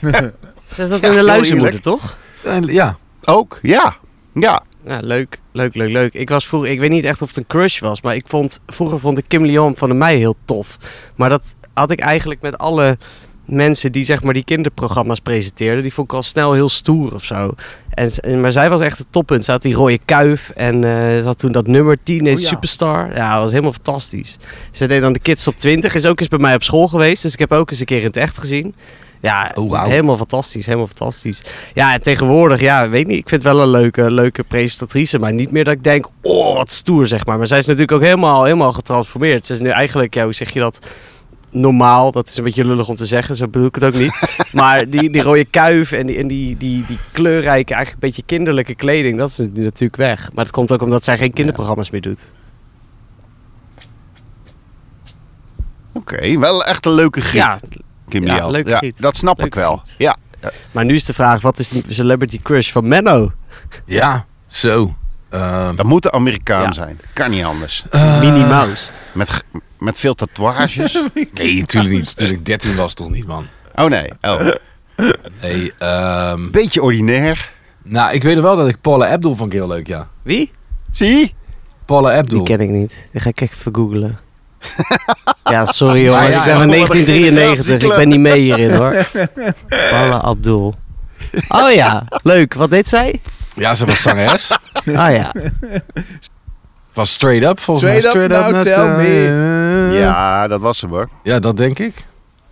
Speaker 3: Ze is dat
Speaker 5: Ja,
Speaker 3: in de
Speaker 5: heel
Speaker 3: luizenmoeder,
Speaker 5: eerlijk.
Speaker 3: toch?
Speaker 4: Eh, Ja.
Speaker 5: Ook, ja. Ja.
Speaker 3: Ja, leuk, leuk, leuk, leuk. Ik was vroeger, ik weet niet echt of het een crush was, maar ik vond, vroeger vond ik Kim Leon van de Mei heel tof. Maar dat had ik eigenlijk met alle mensen die zeg maar die kinderprogramma's presenteerden, die vond ik al snel heel stoer of zo. En, z- en- maar zij was echt het toppunt. Ze had die rode kuif en eh, ze had toen dat nummer 10
Speaker 2: Oh ja.
Speaker 3: Superstar. Ja, dat was helemaal fantastisch. Ze deed dan de Kids op 20, is ook eens bij mij op school geweest, dus ik heb ook eens een keer in het echt gezien. Ja,
Speaker 4: Oh, wauw.
Speaker 3: helemaal fantastisch, helemaal fantastisch. Ja, en tegenwoordig, ja, weet niet. Ik vind het wel een leuke, leuke presentatrice. Maar niet meer dat ik denk, oh, wat stoer, zeg maar. Maar zij is natuurlijk ook helemaal, helemaal getransformeerd. Ze is nu eigenlijk, ja, hoe zeg je dat? Normaal, dat is een beetje lullig om te zeggen, zo bedoel ik het ook
Speaker 4: *laughs*
Speaker 3: niet. Maar die, die rode kuif en, die, en die, die, die kleurrijke, eigenlijk een beetje kinderlijke kleding, dat is nu natuurlijk weg. Maar dat komt ook omdat zij geen kinderprogramma's meer doet.
Speaker 5: Oké, wel echt een leuke giet,
Speaker 3: Ja,
Speaker 5: Kim
Speaker 3: ja,
Speaker 5: Liao.
Speaker 3: leuke giet.
Speaker 5: Dat snap
Speaker 3: Leuke
Speaker 5: ik wel.
Speaker 3: giet.
Speaker 5: Ja.
Speaker 3: maar nu is de vraag, wat is de celebrity crush van Menno?
Speaker 4: Ja. Zo. Ehm,
Speaker 5: Dat moet de Amerikaan
Speaker 3: Ja.
Speaker 5: zijn. Kan niet anders.
Speaker 4: Eh.
Speaker 3: Minnie Mouse.
Speaker 5: Met, g- met veel
Speaker 3: *laughs*
Speaker 5: tatoeages.
Speaker 4: nee, natuurlijk niet. Natuurlijk 13 was het toch niet, man.
Speaker 5: Oh nee. Oh.
Speaker 4: Nee, ehm,
Speaker 5: Beetje ordinair.
Speaker 4: nou, ik weet wel dat ik Paula Abdul vond ik heel leuk, ja.
Speaker 3: Wie?
Speaker 5: Zie?
Speaker 4: Paula
Speaker 3: Die
Speaker 4: Abdul.
Speaker 3: ken ik niet. Die ga ik even googlen. ja, sorry jongens.
Speaker 4: ja,
Speaker 3: ik ben van
Speaker 5: ja,
Speaker 3: 1993. Ik
Speaker 5: generatie
Speaker 3: ben niet mee hierin hoor. Paula Abdul. Oh ja, leuk. Wat deed zij?
Speaker 4: Ja, ze was zangeres.
Speaker 3: Ah ja.
Speaker 4: was straight up, volgens mij.
Speaker 2: Straight up,
Speaker 4: net,
Speaker 2: now tell
Speaker 4: eh,
Speaker 5: Ja, dat was hem hoor.
Speaker 4: Ja, dat denk ik.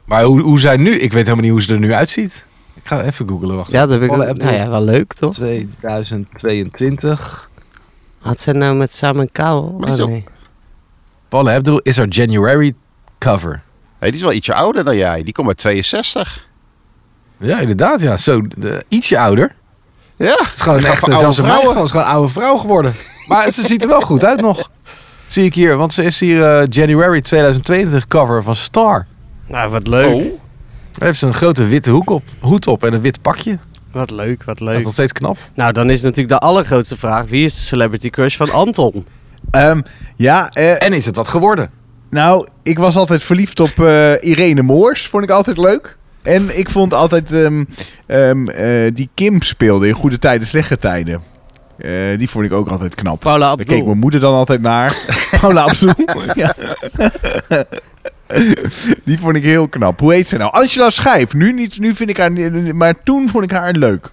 Speaker 4: Maar hoe, hoe zij nu... Ik weet helemaal niet hoe ze er nu uitziet. Ik ga even googlen, wacht.
Speaker 3: ja, dat heb ik
Speaker 4: Paula
Speaker 3: ook-
Speaker 4: Abdul.
Speaker 3: nou ja, wel leuk toch?
Speaker 4: 2022.
Speaker 3: Had zij nou met Samen Kabel?
Speaker 5: Maar die is
Speaker 3: Oh,
Speaker 5: ook-
Speaker 3: nee.
Speaker 4: Paula Abdul is haar January cover.
Speaker 5: Hey, die is wel ietsje ouder dan jij. Die komt uit 62.
Speaker 4: Ja, inderdaad, ja. Zo, de- ietsje ouder.
Speaker 5: Ja.
Speaker 4: Het is gewoon een
Speaker 5: Ik ga
Speaker 4: echte,
Speaker 5: voor oude
Speaker 4: zelfs een meid
Speaker 5: vrouwen.
Speaker 4: van, is gewoon een oude vrouw geworden. *laughs* Maar ze ziet er wel goed uit nog. Zie ik hier, want ze is hier eh, January 2022 cover van Star.
Speaker 3: Nou, wat leuk.
Speaker 4: Daar heeft ze een grote witte hoek op, hoed op en een wit pakje.
Speaker 3: Wat leuk, wat
Speaker 4: Dat
Speaker 3: leuk.
Speaker 4: is nog steeds knap.
Speaker 3: Nou, dan is natuurlijk de allergrootste vraag. Wie is de celebrity crush van Anton?
Speaker 2: Ehm, ja, eh,
Speaker 4: En is het wat geworden?
Speaker 2: Nou, ik was altijd verliefd op eh, Irene Moors. Vond ik altijd leuk. En ik vond altijd ehm, ehm, eh, die Kim speelde in Goede Tijden, Slechte Tijden. Eh, die vond ik ook altijd knap.
Speaker 3: Paula
Speaker 2: Daar keek
Speaker 3: Abdul.
Speaker 2: mijn moeder dan altijd naar. Paula Abdul. ja. die vond ik heel knap. Hoe heet ze nou? Angela Schijf. Nu niet. Nu vind ik haar. niet- Maar toen vond ik haar leuk.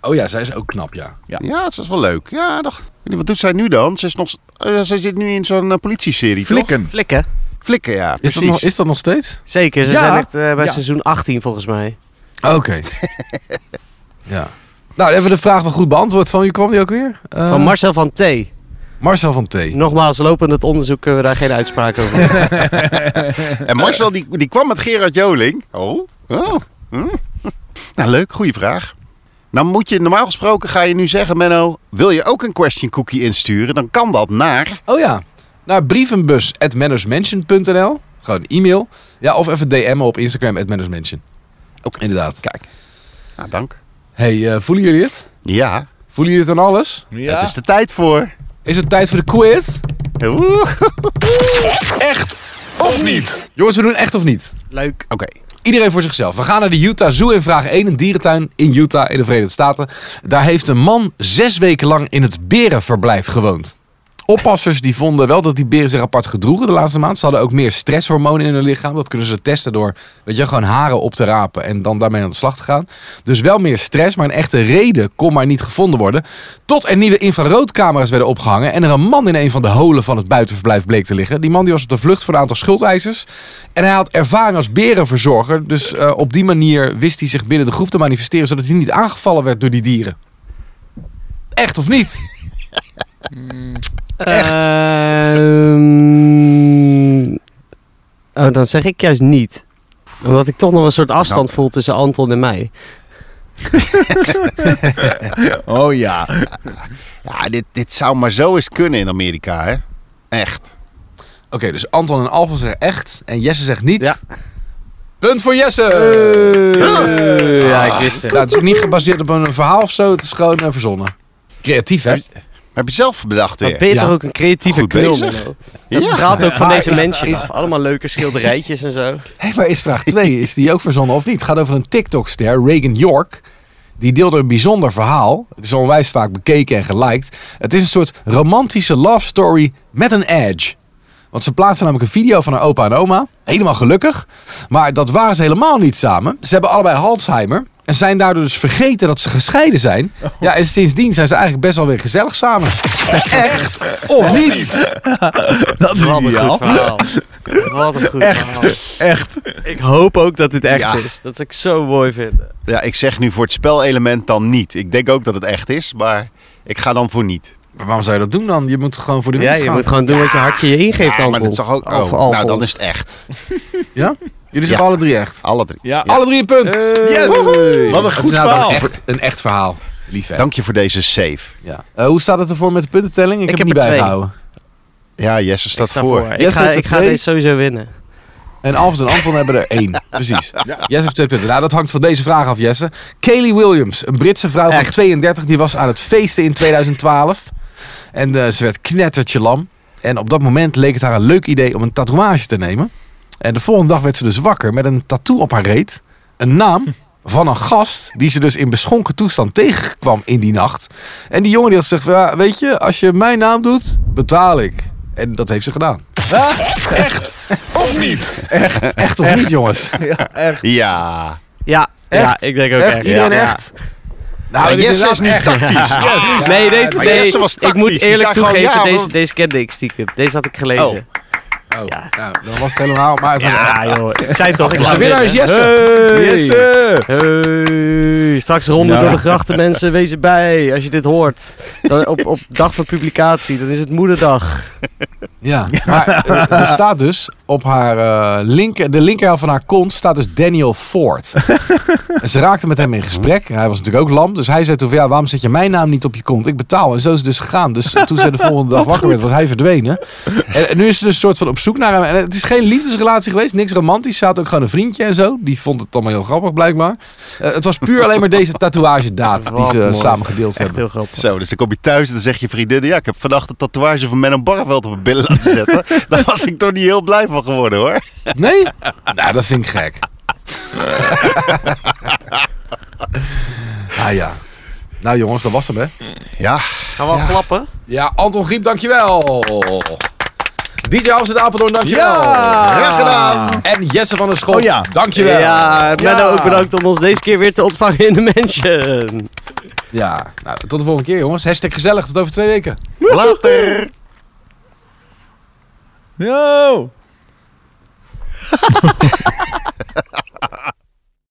Speaker 4: Oh ja, zij is ook knap, ja.
Speaker 5: Ja, dat is wel leuk. Ja, dacht. Wat doet zij nu dan? Ze, is nog, eh, ze zit nu in zo'n eh, politieserie. toch?
Speaker 2: Flikken.
Speaker 3: Flikken.
Speaker 5: Flikken, ja.
Speaker 4: Is
Speaker 5: Precies.
Speaker 4: dat, nog, is dat nog steeds?
Speaker 3: Zeker, ze
Speaker 2: Ja.
Speaker 3: zijn echt eh, bij
Speaker 2: Ja.
Speaker 3: seizoen 18 volgens mij.
Speaker 4: Oké. *laughs* ja. Nou, even de vraag wel goed beantwoord. Van wie kwam die ook weer? Eh,
Speaker 3: Van Marcel van T.
Speaker 4: Marcel van T.
Speaker 3: Nogmaals, lopend het onderzoek kunnen we daar geen uitspraak over
Speaker 5: *laughs*
Speaker 3: doen.
Speaker 5: En Marcel, die, die kwam met Gerard Joling. Oh. oh. Hm. Nou, leuk. Goeie vraag. Dan moet je, normaal gesproken ga je nu zeggen, Menno, wil je ook een question cookie insturen? Dan kan dat naar...
Speaker 4: Oh ja, naar brievenbus.mannersmansion.nl. Gewoon een e-mail. Ja, of even DM'en op Instagram at mannersmansion.
Speaker 5: Oké.
Speaker 4: Inderdaad.
Speaker 5: Kijk. Nou,
Speaker 3: Ah,
Speaker 5: dank.
Speaker 4: Hey, eh, voelen jullie het?
Speaker 5: Ja,
Speaker 4: Voelen jullie het aan alles?
Speaker 2: Ja.
Speaker 5: het is de tijd voor.
Speaker 4: Is het tijd voor de quiz?
Speaker 5: Oeh. Oké.
Speaker 4: Jongens, we doen echt of niet?
Speaker 3: Leuk.
Speaker 4: Iedereen voor zichzelf. We gaan naar de Utah Zoo in vraag 1, een dierentuin in Utah in de Verenigde Staten. Daar heeft een man zes weken lang in het berenverblijf gewoond. Oppassers die vonden wel dat die beren zich apart gedroegen de laatste maand. Ze hadden ook meer stresshormonen in hun lichaam. Dat kunnen ze testen door weet je, gewoon haren op te rapen en dan daarmee aan de slag te gaan. Dus wel meer stress, maar een echte reden kon maar niet gevonden worden. Tot er nieuwe infraroodcamera's werden opgehangen en er een man in een van de holen van het buitenverblijf bleek te liggen. Die man die was op de vlucht voor een aantal schuldeisers. En hij had ervaring als berenverzorger. Dus eh, op die manier wist hij zich binnen de groep te manifesteren zodat hij niet aangevallen werd door die dieren. Echt of niet?
Speaker 2: Echt?
Speaker 3: Ehm, oh, dan zeg ik juist niet. Omdat ik toch nog een soort afstand
Speaker 5: Nou.
Speaker 3: voel tussen Anton en mij.
Speaker 2: Oh ja.
Speaker 5: Ja, dit, dit zou maar zo eens kunnen in Amerika, hè? Echt.
Speaker 4: Oké, dus Anton en Alfa zeggen echt en Jesse zegt niet.
Speaker 3: Ja.
Speaker 4: Punt voor Jesse!
Speaker 3: Ja,
Speaker 5: Ah.
Speaker 3: ik wist het.
Speaker 4: Nou, het is ook niet gebaseerd op een verhaal of zo. Het is gewoon eh, verzonnen. Creatief, hè?
Speaker 5: Heb je zelf bedacht
Speaker 3: Wat
Speaker 5: weer?
Speaker 3: ben je
Speaker 4: Ja.
Speaker 3: toch ook een creatieve
Speaker 5: Goed
Speaker 3: knul,
Speaker 5: bezig.
Speaker 3: Menno? Dat
Speaker 5: Ja.
Speaker 3: straalt ook van
Speaker 4: Maar
Speaker 3: deze
Speaker 4: is-
Speaker 3: mensen af. Allemaal leuke schilderijtjes en zo.
Speaker 4: Hé, maar is vraag 2, is die ook verzonnen of niet? Het gaat over een TikTok-ster, Reagan York. Die deelde een bijzonder verhaal. Het is onwijs vaak bekeken en geliked. Het is een soort romantische love story met een edge. Want ze plaatsen namelijk een video van haar opa en oma. Helemaal gelukkig. Maar dat waren ze helemaal niet samen. Ze hebben allebei Alzheimer. En zijn daardoor dus vergeten dat ze gescheiden zijn. Ja, en sindsdien zijn ze eigenlijk best wel weer gezellig samen. Echt of niet?
Speaker 2: Dat is
Speaker 3: Wat een goed
Speaker 2: ideaal.
Speaker 5: *laughs*
Speaker 3: verhaal. Wat een goed verhaal.
Speaker 2: Echt.
Speaker 3: Ik hoop ook dat dit echt
Speaker 5: Ja.
Speaker 3: is. Dat zou ik zo mooi vinden.
Speaker 5: Ja, ik zeg nu voor het spelelement dan niet. Ik denk ook dat het echt is, maar ik ga dan voor niet.
Speaker 4: Maar waarom zou je dat doen dan? Je moet gewoon voor de
Speaker 3: Ja,
Speaker 4: winst
Speaker 3: je
Speaker 4: gaan.
Speaker 3: moet gewoon doen wat je hartje je ingeeft,
Speaker 5: Ja,
Speaker 3: Anton.
Speaker 5: Ah, maar dat zag ook.
Speaker 3: Of
Speaker 5: Oh, nou,
Speaker 3: Alfons.
Speaker 5: dan is het echt.
Speaker 4: Ja? Jullie zeggen
Speaker 5: Ja.
Speaker 4: alle drie echt?
Speaker 5: Alle drie.
Speaker 2: Ja.
Speaker 4: Alle drie een punt.
Speaker 2: Yes.
Speaker 3: Woehoe.
Speaker 2: Wat een
Speaker 4: Het is
Speaker 2: goed
Speaker 4: inderdaad
Speaker 2: verhaal.
Speaker 4: Een echt, een echt verhaal. Lief, hè?
Speaker 5: Dank je voor deze save.
Speaker 4: Ja. Eh, hoe staat het ervoor met de puntentelling? Ik,
Speaker 3: Ik
Speaker 4: heb
Speaker 3: heb
Speaker 4: niet
Speaker 3: er twee.
Speaker 4: bijgehouden.
Speaker 5: Ja, Jesse
Speaker 3: Ik
Speaker 5: staat
Speaker 3: sta
Speaker 5: voor.
Speaker 3: Ik
Speaker 4: Jesse
Speaker 3: ga,
Speaker 4: heeft er
Speaker 3: ik ga
Speaker 4: twee.
Speaker 3: deze sowieso winnen.
Speaker 4: En Alves en Anton hebben er één. Precies. Jesse heeft twee punten. Nou, dat hangt van deze vraag af, Jesse. Kaylee Williams, een Britse vrouw van
Speaker 3: Echt?
Speaker 4: 32, die was aan het feesten in 2012. En eh, ze werd knettertje lam. En op dat moment leek het haar een leuk idee om een tatoeage te nemen. En de volgende dag werd ze dus wakker met een tattoo op haar reet. Een naam van een gast die ze dus in beschonken toestand tegenkwam in die nacht. En die jongen die had gezegd, van, ja, weet je, als je mijn naam doet, betaal ik. En dat heeft ze gedaan. echt? Echt of niet, jongens?
Speaker 2: Ja, echt.
Speaker 5: Ja.
Speaker 3: Ja, ja,
Speaker 4: Echt?
Speaker 3: ik denk ook echt.
Speaker 4: echt, iedereen
Speaker 3: ja.
Speaker 4: echt? Nou,
Speaker 5: Maar
Speaker 4: dit
Speaker 5: Jesse
Speaker 4: inderdaad
Speaker 5: is nu
Speaker 4: echt.
Speaker 5: tactisch. Ja.
Speaker 3: Ja. Nee, deze,
Speaker 5: Maar
Speaker 3: nee
Speaker 5: Jesse was
Speaker 3: ik
Speaker 5: tactisch.
Speaker 3: moet
Speaker 5: Die
Speaker 3: eerlijk
Speaker 5: zei gewoon,
Speaker 3: toegeven,
Speaker 5: ja,
Speaker 3: deze,
Speaker 5: want-
Speaker 3: deze kende ik stiekem. Deze had ik gelezen.
Speaker 5: Oh.
Speaker 4: Oh, nou, dan was het helemaal. Maar het was echt.
Speaker 3: Ja, joh. Ik zei toch, ik
Speaker 4: Dus de
Speaker 3: laat
Speaker 4: winnaar is
Speaker 3: winnen.
Speaker 4: Jesse.
Speaker 3: Hey.
Speaker 5: Eh.
Speaker 2: Jesse.
Speaker 3: Hey. Straks ronden
Speaker 2: Nou.
Speaker 3: door de grachten, mensen. Wees erbij als je dit hoort. Dan op, op dag van publicatie, dan is het moederdag.
Speaker 4: Ja, maar eh, er staat dus op haar eh, linker, de linkerhelft van haar kont staat dus Daniel Ford. en ze raakte met hem in gesprek. Hij was natuurlijk ook lam, dus hij zei toen van ja, waarom zet je mijn naam niet op je kont? Ik betaal. En zo is het dus gegaan. Dus toen ze de volgende dag wakker werd, was hij verdwenen. En, en nu is ze dus soort van op zoek naar hem. En het is geen liefdesrelatie geweest, niks romantisch. Ze had ook gewoon een vriendje en zo. Die vond het allemaal heel grappig blijkbaar. Eh, het was puur alleen maar deze tatoeagedaad die
Speaker 3: Wat
Speaker 4: ze
Speaker 3: mooi.
Speaker 4: samen gedeeld
Speaker 3: Echt
Speaker 4: hebben.
Speaker 3: heel grappig.
Speaker 5: Zo, dus dan kom je thuis en dan zeg je vriendin... ja, ik heb vannacht een tatoeage van Menno Barreveld op mijn billen laten zetten. *laughs* Daar was ik toch niet heel blij van geworden, hoor.
Speaker 4: Nee? *laughs* nou, dat vind ik
Speaker 2: *laughs*
Speaker 4: gek. ah ja. Nou jongens, dat was hem hè.
Speaker 5: Ja,
Speaker 3: Gaan we al klappen?
Speaker 4: Ja, Anton Griep, dankjewel. DJ Amsterdam Apeldoorn, dankjewel.
Speaker 2: Ja,
Speaker 5: graag gedaan.
Speaker 4: En Jesse van der Schot,
Speaker 2: Oh ja.
Speaker 4: dankjewel.
Speaker 3: Ja, Menno,
Speaker 2: Ja.
Speaker 3: ook bedankt om ons deze keer weer te ontvangen in de mansion.
Speaker 4: ja. Nou, tot de volgende keer jongens. Hashtag gezellig, tot over twee weken.
Speaker 5: later.
Speaker 2: Yo.